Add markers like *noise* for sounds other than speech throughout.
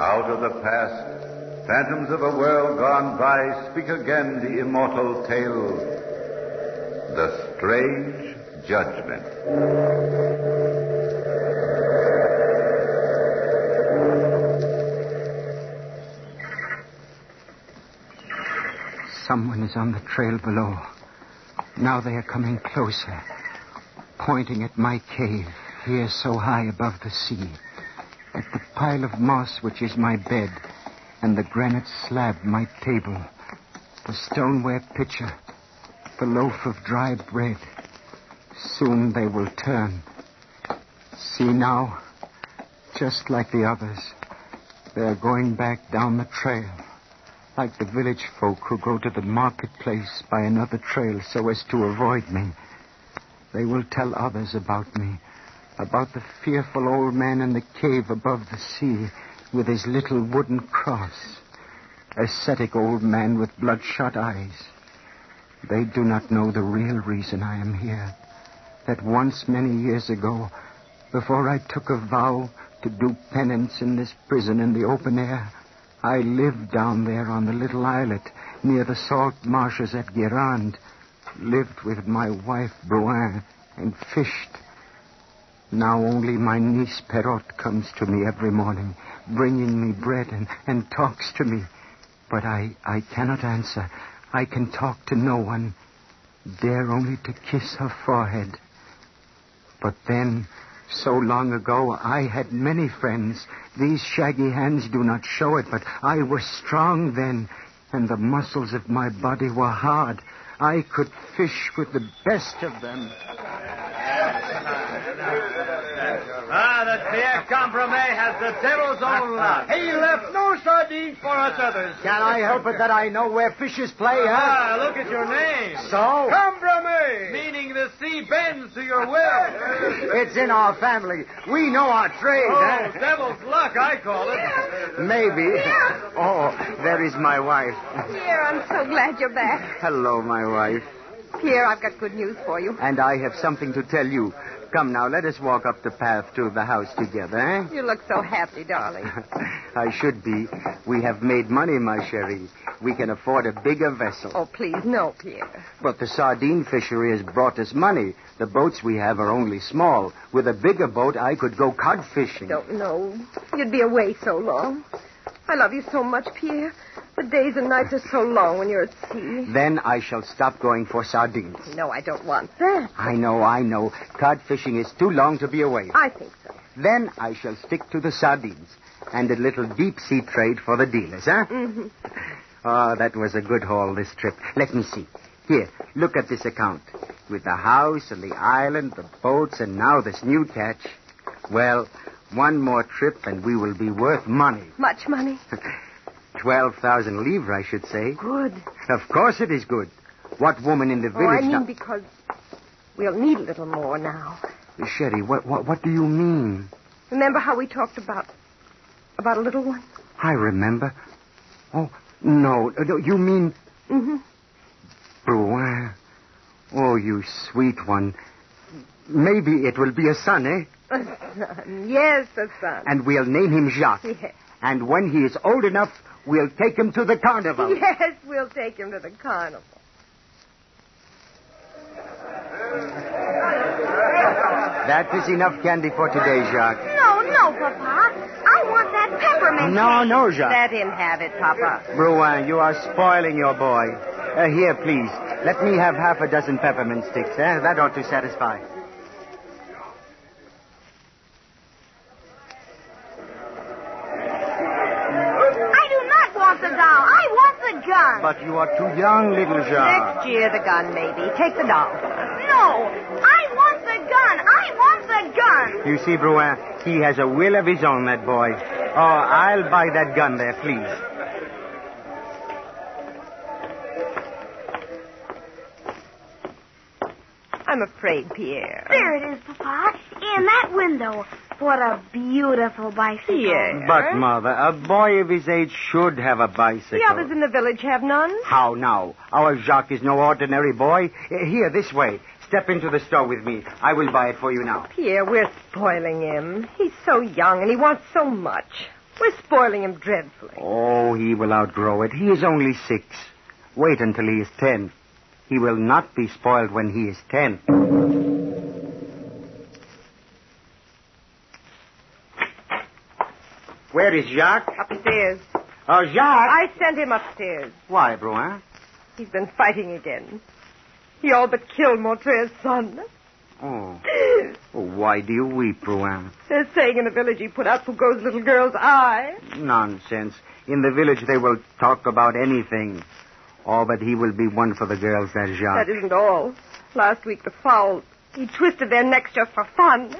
Out of the past, phantoms of a world gone by, speak again the immortal tale. The Strange Judgment. Someone is on the trail below. Now they are coming closer, pointing at my cave here so high above the sea, at the pile of moss which is my bed, and the granite slab my table, the stoneware pitcher, the loaf of dry bread. Soon they will turn. See now, just like the others, they are going back down the trail like the village folk who go to the marketplace by another trail so as to avoid me. They will tell others about me, about the fearful old man in the cave above the sea with his little wooden cross, ascetic old man with bloodshot eyes. They do not know the real reason I am here. That once many years ago, before I took a vow to do penance in this prison in the open air, I lived down there on the little islet near the salt marshes at Girand, lived with my wife Bruin, and fished. Now only my niece Perrot comes to me every morning, bringing me bread and, and talks to me. But I, I cannot answer. I can talk to no one, dare only to kiss her forehead. But then, so long ago, I had many friends. These shaggy hands do not show it, but I was strong then, and the muscles of my body were hard. I could fish with the best of them. Ah, the Pierre Compromis has the devil's own luck. Ah, He left no sardines for us others. Can I help it that I know where fishes play, huh? Ah, look at your name. So? Compromis. Meaning the sea bends to your *laughs* will. It's in our family. We know our trade, Oh, huh? devil's luck, I call it. Maybe. Oh, there is my wife. Pierre, I'm so glad you're back. Hello, my wife. Pierre, I've got good news for you. And I have something to tell you. Come now, let us walk up the path to the house together, eh? *laughs* You look so happy, darling. I should be. We have made money, my cherie. We can afford a bigger vessel. Oh, please, no, Pierre. But the sardine fishery has brought us money. The boats we have are only small. With a bigger boat, I could go cod fishing. Don't know. You'd be away so long. I love you so much, Pierre. The days and nights are so long when you're at sea. Then I shall stop going for sardines. No, I don't want that. I know, I know. Cod fishing is too long to be away. I think so. Then I shall stick to the sardines and a little deep sea trade for the dealers, huh? Mm-hmm. Oh, that was a good haul this trip. Let me see. Here, look at this account. With the house and the island, the boats, and now this new catch. Well, one more trip and we will be worth money. *laughs* Much money? Twelve thousand livres, I should say. Good. Of course it is good. What woman in the Oh, I village? mean, because we'll need a little more now. now... Sherry, what, what, what do you mean? Remember how we talked about. about a little one? I remember. Oh, no. no you mean. Mm-hmm. Bruin. Oh, you sweet one. Maybe it will be a son, eh? Yes, a son. And we'll name him Jacques. Yes. And when he is old enough, we'll take him to the carnival. Yes, we'll take him to the carnival. That is enough candy for today, Jacques. No, no, Papa. I want that peppermint. No, no, Jacques. Let him have it, Papa. Bruin, you are spoiling your boy. Uh, here, please. Let me have half a dozen peppermint sticks. Eh? That ought to satisfy. I do not want the doll. I want the gun. But uh, you are too young, little Jean. Next year, the gun, maybe. Take the doll. No, I want the gun. I want the gun. You see, Bruin, he has a will of his own, that boy. Oh, I'll buy that gun there, please. I'm afraid, Pierre. There it is, Papa. In that window. What a beautiful bicycle. Pierre. But, Mother, a boy of his age should have a bicycle. The others in the village have none. How now? Our Jacques is no ordinary boy. Uh, Here, this way. Step into the store with me. I will buy it for you now. Pierre, we're spoiling him. He's so young and he wants so much. We're spoiling him dreadfully. Oh, he will outgrow it. He is only six. Wait until he is ten. He will not be spoiled when he is ten. Where is Jacques? Upstairs. Oh, Jacques! I sent him upstairs. Why, Bruin? He's been fighting again. He all but killed Montre's son. Oh. oh, why do you weep, Bruin? They're saying in the village he put out Foucault's little girl's eye. Nonsense. In the village, they will talk about anything. Oh, but he will be one for the girls, that Jacques. That isn't all. Last week, the fowl, he twisted their necks just for fun.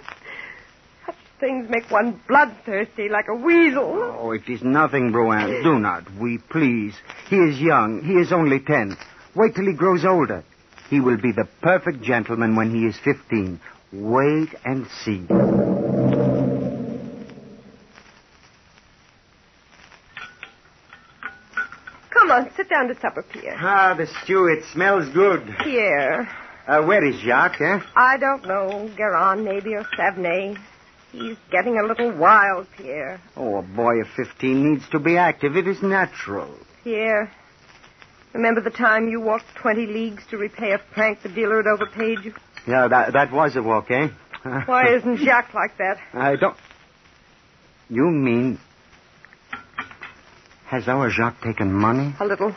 Such things make one bloodthirsty like a weasel. Oh, it is nothing, Bruin. Do not weep, please. He is young. He is only ten. Wait till he grows older. He will be the perfect gentleman when he is fifteen. Wait and see. Come on, sit down to supper, Pierre. Ah, the stew, it smells good. Pierre, Uh, where is Jacques, eh? I don't know, Garonne maybe or Savenay. He's getting a little wild, Pierre. Oh, a boy of fifteen needs to be active. It is natural. Pierre, remember the time you walked 20 leagues to repay a prank the dealer had overpaid you? Yeah, that, that was a walk, eh? Why isn't Jacques like that? I don't. Uh, You mean. Has our Jacques taken money? A little.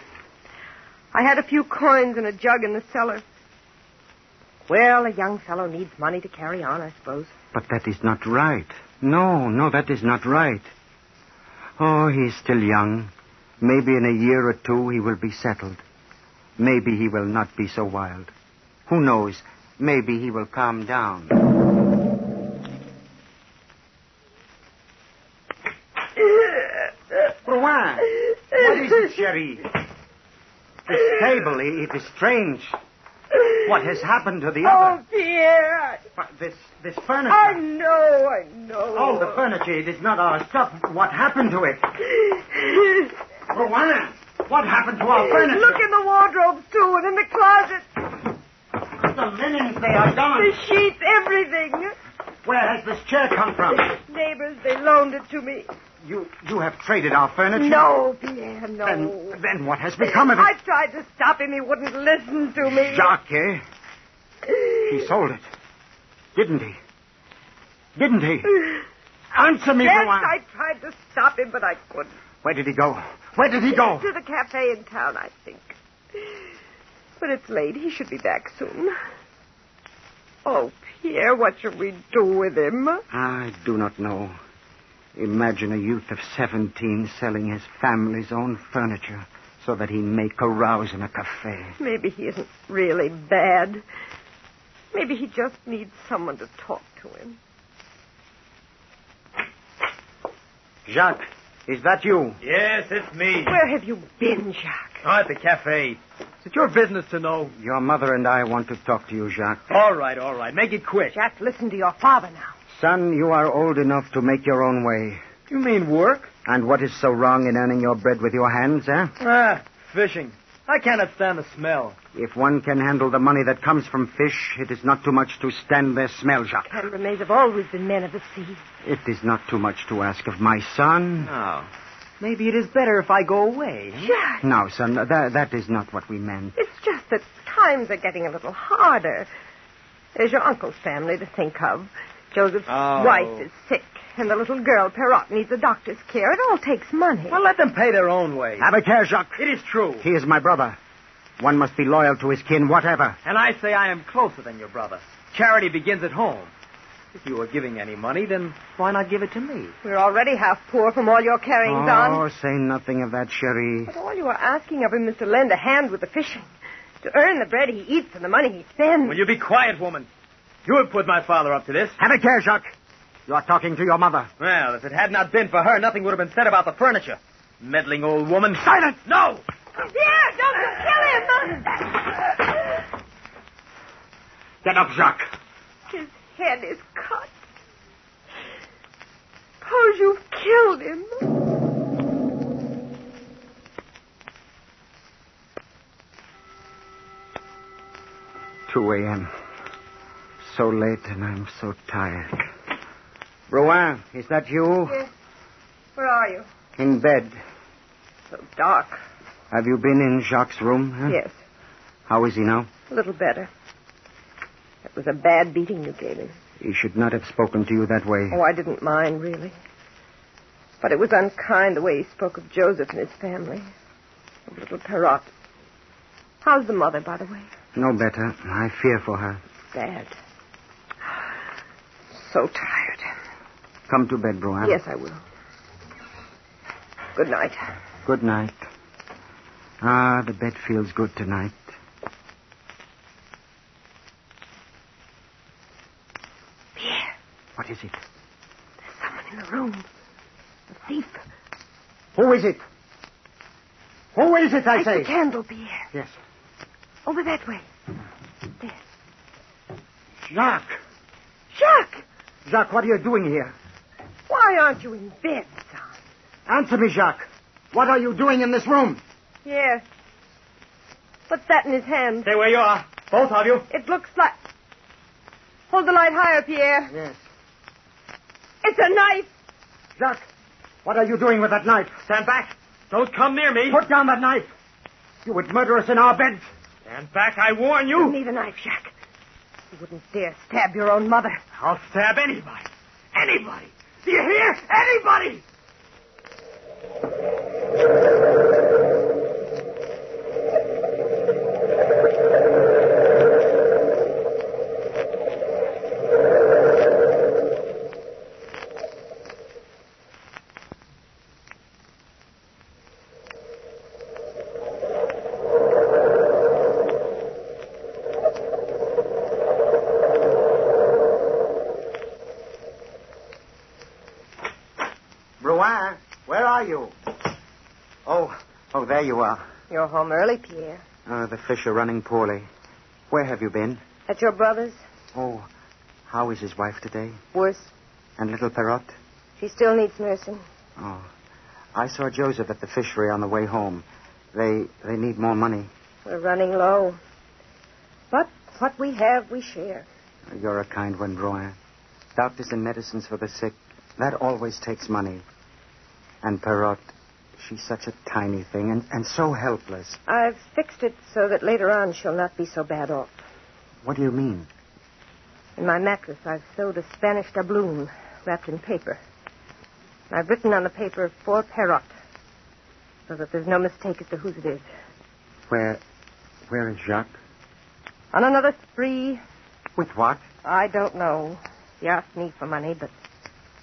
I had a few coins and a jug in the cellar. Well, a young fellow needs money to carry on, I suppose. But that is not right. No, no, that is not right. Oh, he is still young. Maybe in a year or two he will be settled. Maybe he will not be so wild. Who knows? Maybe he will calm down. Rouen, what is it, Cherie? This table, i- it is strange. What has happened to the other? Oh, Pierre, This, this furniture. know, I know. Oh, the *laughs* furniture. It is not our stuff. What happened to it? Rowena, what happened to our Oh, furniture? Look in the wardrobes, too, and in the closet. at the linens. They are gone. The sheets, everything. Where has this chair come from? Neighbors, they loaned it to me. You you have traded our furniture? No, Pierre, no. Then, then what has become of it? I tried to stop him. He wouldn't listen to me. Jacques, eh? He sold it. Didn't he? Didn't he? *laughs* Answer me, yes, Rouen. I tried to stop him, but I couldn't. Where did he go? Where did he go? To the cafe in town, I think. But it's late. He should be back soon. Oh, Pierre, what should we do with him? I do not know. Imagine a youth of 17 selling his family's own furniture so that he may carouse in a cafe. Maybe he isn't really bad. Maybe he just needs someone to talk to him. Jacques, is that you? Yes, it's me. Where have you been, Jacques? Oh, at the cafe. Is it your business to know? Your mother and I want to talk to you, Jacques. All right, all right. Make it quick. Jacques, listen to your father now. Son, you are old enough to make your own way. You mean work? And what is so wrong in earning your bread with your hands, eh? Ah, fishing. I cannot stand the smell. If one can handle the money that comes from fish, it is not too much to stand their smell, Jacques. Cambermaids have always been men of the sea. It is not too much to ask of my son. Oh. Maybe it is better if I go away. Jacques, No, son, that, that is not what we meant. it's just that times are getting a little harder. There's your uncle's family to think of. Joseph's Oh. wife is sick, and the little girl, Perrot, needs a doctor's care. It all takes money. Well, let them pay their own way. Have a care, Jacques. It is true. He is my brother. One must be loyal to his kin, whatever. And I say I am closer than your brother. Charity begins at home. If you were giving any money, then why not give it to me? We're already half poor from all your carryings Oh, on. say nothing of that, Sherry. But all you are asking of him is to lend a hand with the fishing, to earn the bread he eats and the money he spends. Will you be quiet, woman? You would put my father up to this. Have a care, Jacques. You are talking to your mother. Well, if it had not been for her, nothing would have been said about the furniture. Meddling old woman. Silence! No! Pierre, don't you kill him! *laughs* Get up, Jacques. His head is cut. Suppose you've killed him. Two a.m. So late, and I'm so tired. Rouen, is that you? Yes. Where are you? In bed. So dark. Have you been in Jacques' room? huh? Yes, How is he now? a little better. That was a bad beating you gave him. He should not have spoken to you that way. Oh, I didn't mind, really. But it was unkind the way he spoke of Joseph and his family. Of little Perrot. How's the mother, by the way? No better. I fear for her. Bad. *sighs* So tired. Come to bed, Rouen. Yes, I will. Good night. Good night. Ah, the bed feels good tonight. Pierre, What is it? there's someone in the room. A thief. Who is it? Who is it, I Light the candle, Pierre. Yes. Over that way. There. Jacques! Jacques! Jacques, what are you doing here? Why aren't you in bed, son? Answer me, Jacques. What are you doing in this room? Yes. What's that in his hand? Stay where you are. Both of you. It looks like. Hold the light higher, Pierre. Yes. It's a knife. Jacques, what are you doing with that knife? Stand back. Don't come near me. Put down that knife. You would murder us in our beds. Stand back, I warn Give you. me the knife, Jacques. You wouldn't dare stab your own mother. I'll stab anybody. Anybody. Do you hear? Anybody! Rouen, where are you? Oh, oh, there you are. You're home early, Pierre. Ah, the fish are running poorly. Where have you been? At your brother's? Oh, how is his wife today? Worse. And little Perrot? She still needs nursing. Oh, I saw Joseph at the fishery on the way home. They they need more money. We're running low. But what we have, we share. You're a kind one, Roy. Doctors and medicines for the sick, that always takes money. And Perrot, she's such a tiny thing and, and so helpless. I've fixed it so that later on she'll not be so bad off. What do you mean? In my mattress, I've sewed a Spanish doubloon wrapped in paper. And I've written on the paper for Perrot, so that there's no mistake as to whose it is. Where where is Jacques? On another spree, With what? I don't know. He asked me for money, but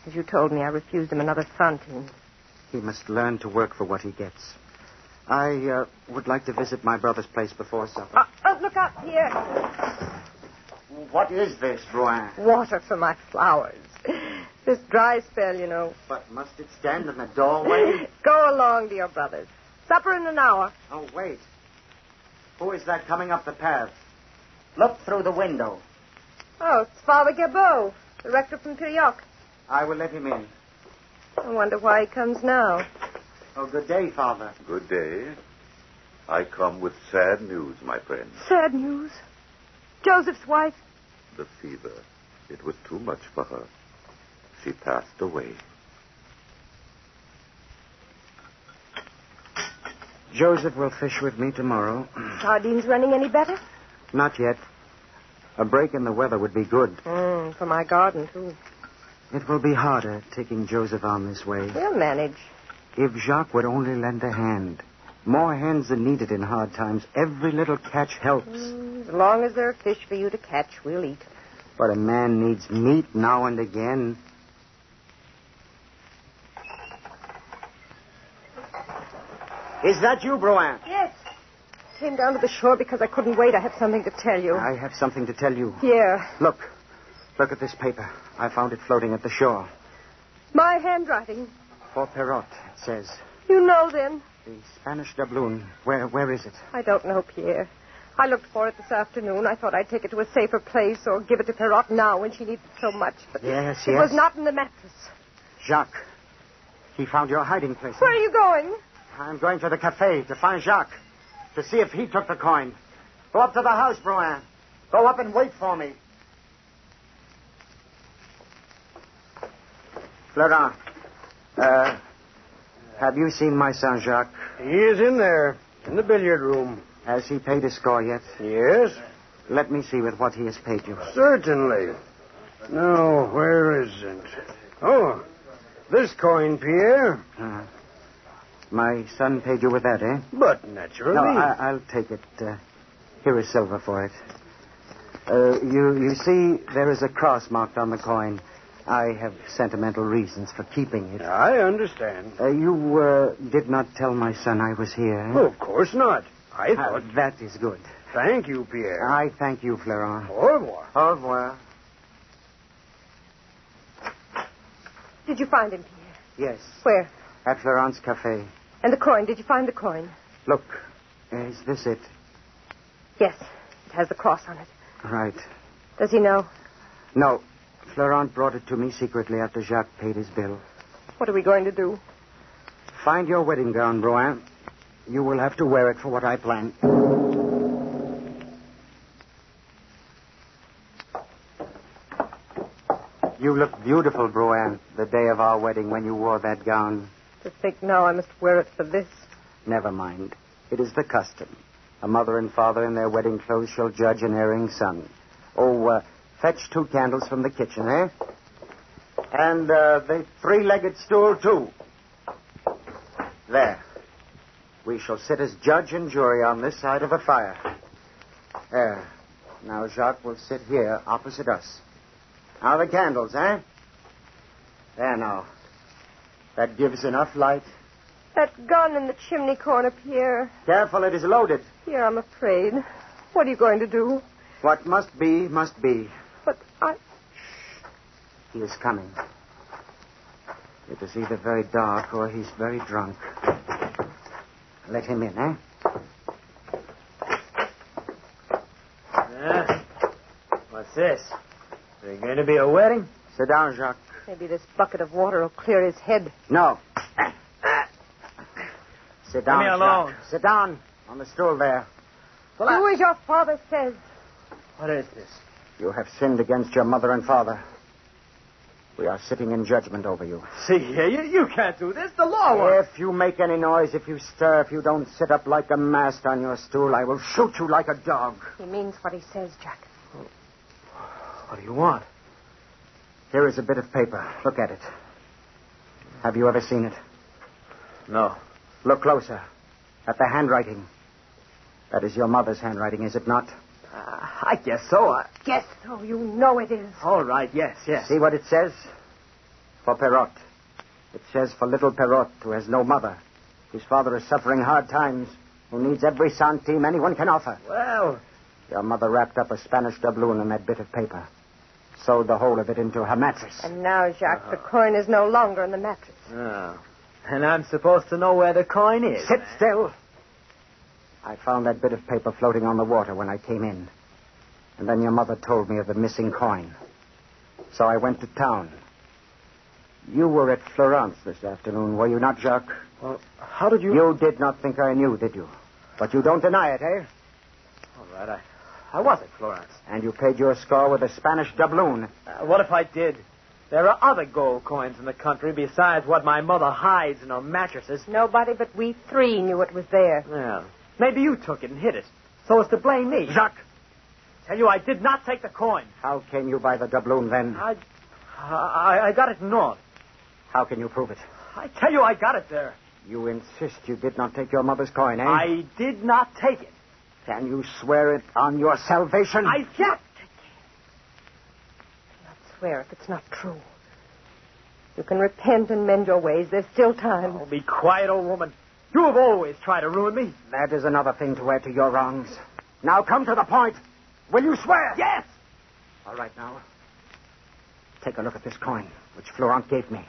as you told me, I refused him another centime. He must learn to work for what he gets. I uh, would like to visit my brother's place before supper. Uh, oh, look out here! What is this, Rouen? Water for my flowers. This dry spell, you know. But must it stand in the *laughs* doorway? Go along to your brother's. Supper in an hour. Oh, wait. Who is that coming up the path? Look through the window. Oh, it's Father Gabot, the rector from Piriac. I will let him in. I wonder why he comes now. Oh, good day, Father. Good day. I come with sad news, my friend. Sad news. Joseph's wife. The fever. It was too much for her. She passed away. Joseph will fish with me tomorrow. Sardine's running any better? Not yet. A break in the weather would be good. Mm, for my garden, too. It will be harder taking Joseph on this way. We'll manage. If Jacques would only lend a hand. More hands are needed in hard times. Every little catch helps. As long as there are fish for you to catch, we'll eat. But a man needs meat now and again. Is that you, Broan? Yes. Came down to the shore because I couldn't wait. I have something to tell you. I have something to tell you. Here. Look. Look at this paper. I found it floating at the shore. My handwriting. For Perrot, it says. You know then. The Spanish doubloon. Where where is it? I don't know, Pierre. I looked for it this afternoon. I thought I'd take it to a safer place or give it to Perrot now when she needs it so much. But Yes, It yes. was not in the mattress. Jacques. He found your hiding place. Where are you going? I'm going to the cafe to find Jacques. To see if he took the coin. Go up to the house, Broan. Go up and wait for me. Florent. Uh, have you seen my son, Jacques? He is in there, in the billiard room. Has he paid his score yet? Yes, Let me see with what he has paid you. certainly. No, where is it? Oh, this coin, Pierre. Uh, my son paid you with that, eh? But naturally. No, I, I'll take it. Uh, here is silver for it. Uh, you, you see, there is a cross marked on the coin. I have sentimental reasons for keeping it. I understand. Uh, you uh, did not tell my son I was here. eh? Oh, of course not. I Ah, thought. that is good. Thank you, Pierre. I thank you, Florent. Au revoir. Au revoir. Did you find him, Pierre? Yes, Where? at Florent's cafe. And the coin. Did you find the coin? Look, is this it? Yes. It has the cross on it. Right. Does he know? No, Florent brought it to me secretly after Jacques paid his bill. What are we going to do? Find your wedding gown, Rouen. You will have to wear it for what I plan. You looked beautiful, Broan, the day of our wedding when you wore that gown. To think now I must wear it for this. Never mind. It is the custom. A mother and father in their wedding clothes shall judge an erring son. Oh, uh, fetch two candles from the kitchen, eh? And uh, the three legged stool, too. There. We shall sit as judge and jury on this side of a fire. There. Now Jacques will sit here opposite us. Now the candles, eh? There now. That gives enough light. That gun in the chimney corner, Pierre. Careful, it is loaded. Pierre, I'm afraid. What are you going to do? What must be, must be. But I. He is coming. It is either very dark or he's very drunk. Let him in, eh? what's this? Is it going to be a wedding? Sit down, Jacques. Maybe this bucket of water will clear his head. No. Sit down. me alone. Jacques. Sit down on the stool there. Do as your father says. What is this? You have sinned against your mother and father. We are sitting in judgment over you. See, here, you, you can't do this. The law won't. If you make any noise, if you stir, if you don't sit up like a mast on your stool, I will shoot you like a dog. He means what he says, Jack. What do you want? Here is a bit of paper. Look at it. Have you ever seen it? No. Look closer. At the handwriting. That is your mother's handwriting, is it not? Uh, I guess so. I... Yes, so you know it is. All right, yes, yes. See what it says? For Perrot. It says for little Perrot, who has no mother, whose father is suffering hard times, who needs every centime anyone can offer. Well, Your mother wrapped up a Spanish doubloon in that bit of paper, sewed the whole of it into her mattress. And now, Jacques, the coin is no longer in the mattress. oh. and I'm supposed to know where the coin is. Sit still. I found that bit of paper floating on the water when I came in. And then your mother told me of the missing coin. So I went to town. You were at Florence this afternoon, were you not, Jacques? Well, how did you? You did not think I knew, did you? But you don't deny it, eh? All right, I, I was at Florence. And you paid your score with a Spanish doubloon. Uh, what if I did? There are other gold coins in the country besides what my mother hides in her mattresses. Nobody but we three knew it was there. Well, maybe you took it and hid it, so as to blame me. Jacques, tell you I did not take the coin. How came you by the doubloon then? I, I, I got it north. How can you prove it? I tell you, I got it there. You insist you did not take your mother's coin, eh? I did not take it. Can you swear it on your salvation? I can't. swear if it's not true. You can repent and mend your ways. There's still time. Oh, be quiet, old woman. You have always tried to ruin me. That is another thing to add to your wrongs. Now come to the point. Will you swear? Yes. All right, now. Take a look at this coin, which Florent gave me.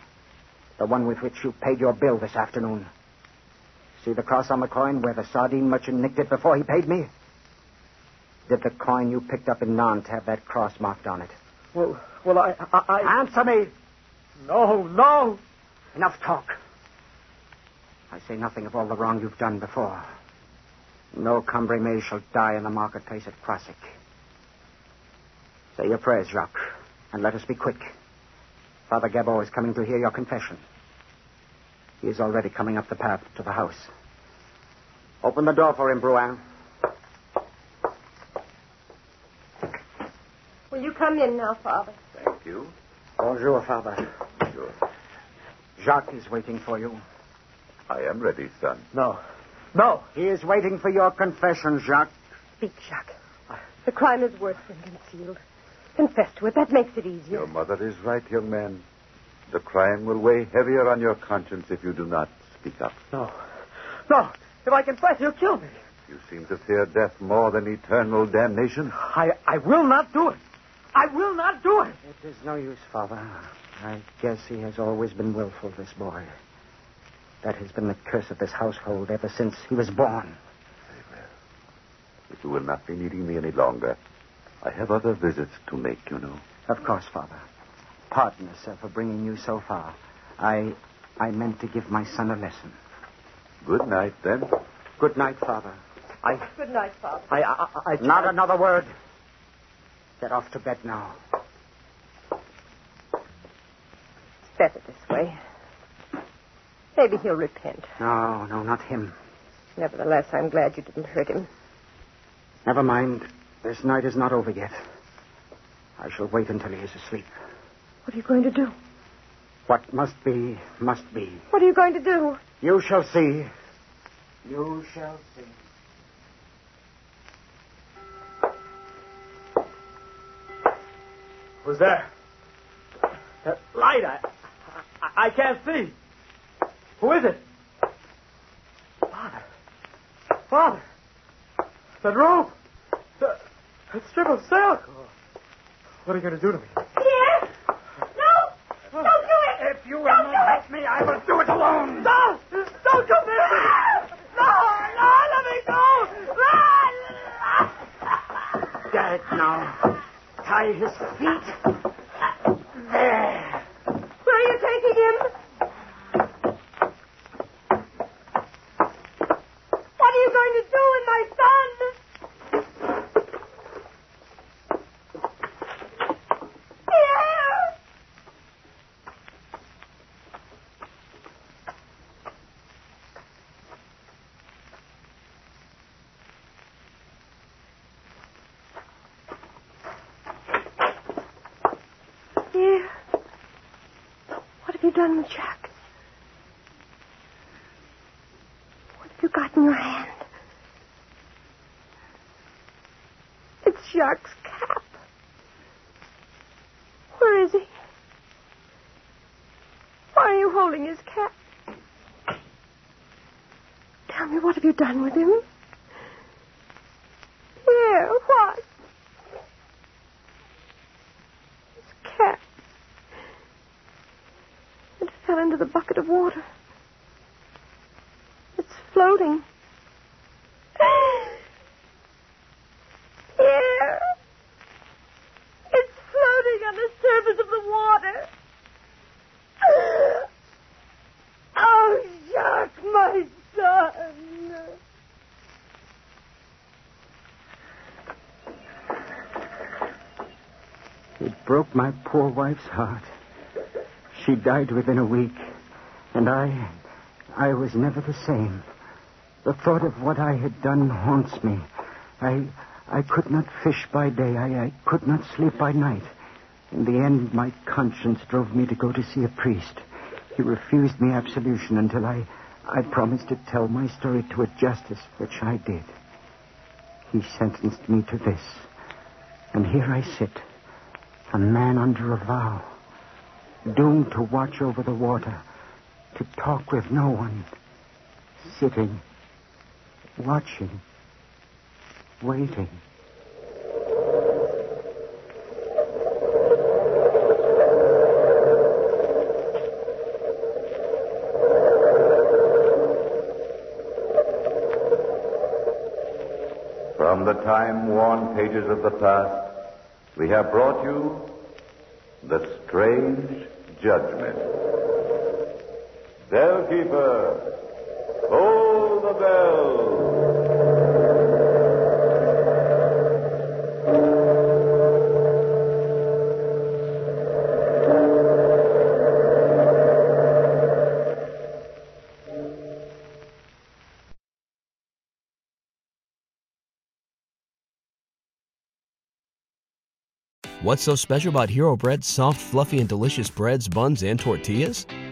The one with which you paid your bill this afternoon. See the cross on the coin where the sardine merchant nicked it before he paid me? Did the coin you picked up in Nantes have that cross marked on it? Well, well, I, I, I... Answer me! No, no. Enough talk. I say nothing of all the wrong you've done before. No Cumbre May shall die in the marketplace at Crossick. Say your prayers, Jacques, and let us be quick. Father Gabot is coming to hear your confession. He is already coming up the path to the house. Open the door for him, Bruin. Will you come in now, Father? Thank you. Bonjour, Father. Sure. Jacques is waiting for you. I am ready, son. No. No. He is waiting for your confession, Jacques. Speak, Jacques. The crime is worse than concealed. Confess to it. That makes it easier. Your mother is right, young man. The crime will weigh heavier on your conscience if you do not speak up. No. No. If I confess, he'll kill me. You seem to fear death more than eternal damnation. I, I will not do it. I will not do it. It is no use, Father. I guess he has always been willful, this boy. That has been the curse of this household ever since he was born. But you will not be needing me any longer. I have other visits to make, you know. Of course, Father. Pardon us, sir, for bringing you so far. I, I meant to give my son a lesson. Good night, then. Good night, Father. I, Good night, Father. I, I, I, I not another word. Get off to bed now. It's better this way. Maybe he'll repent. No, no, not him. Nevertheless, I'm glad you didn't hurt him. Never mind. This night is not over yet. I shall wait until he is asleep. What are you going to do? What must be, must be. What are you going to do? You shall see. You shall see. was there. That light, I, I, I can't see. Who is it? Father. Father. That rope. That, that strip of silk. What are you going to do to me? Pierre! No! Don't do it! If you will not help me, I will do it alone. No! Don't come near me! No! No! Let me go! Get it now. Tie his feet. There. Where are you taking him? What are you going to do with my son? Pierre, what have you done with Jack? What have you got in your hand? It's Jacques' cap. Where is he? Why are you holding his cap? Tell me, what have you done with him? Pierre, what? His cap. It fell into the bucket of water. It's floating. *gasps* Here. It's floating on the surface of the water. Oh, Jacques, my son. It broke my poor wife's heart. She died within a week, and I, I was never the same. The thought of what I had done haunts me. I, I could not fish by day. I, I could not sleep by night. In the end, my conscience drove me to go to see a priest. He refused me absolution until I, I promised to tell my story to a justice, which I did. He sentenced me to this, and here I sit. A man under a vow, doomed to watch over the water, to talk with no one, sitting, watching, waiting. From the time worn pages of the past, we have brought you The Strange Judgment. Bellkeeper, hold the bell. What's so special about Hero Bread's soft, fluffy, and delicious breads, buns, and tortillas?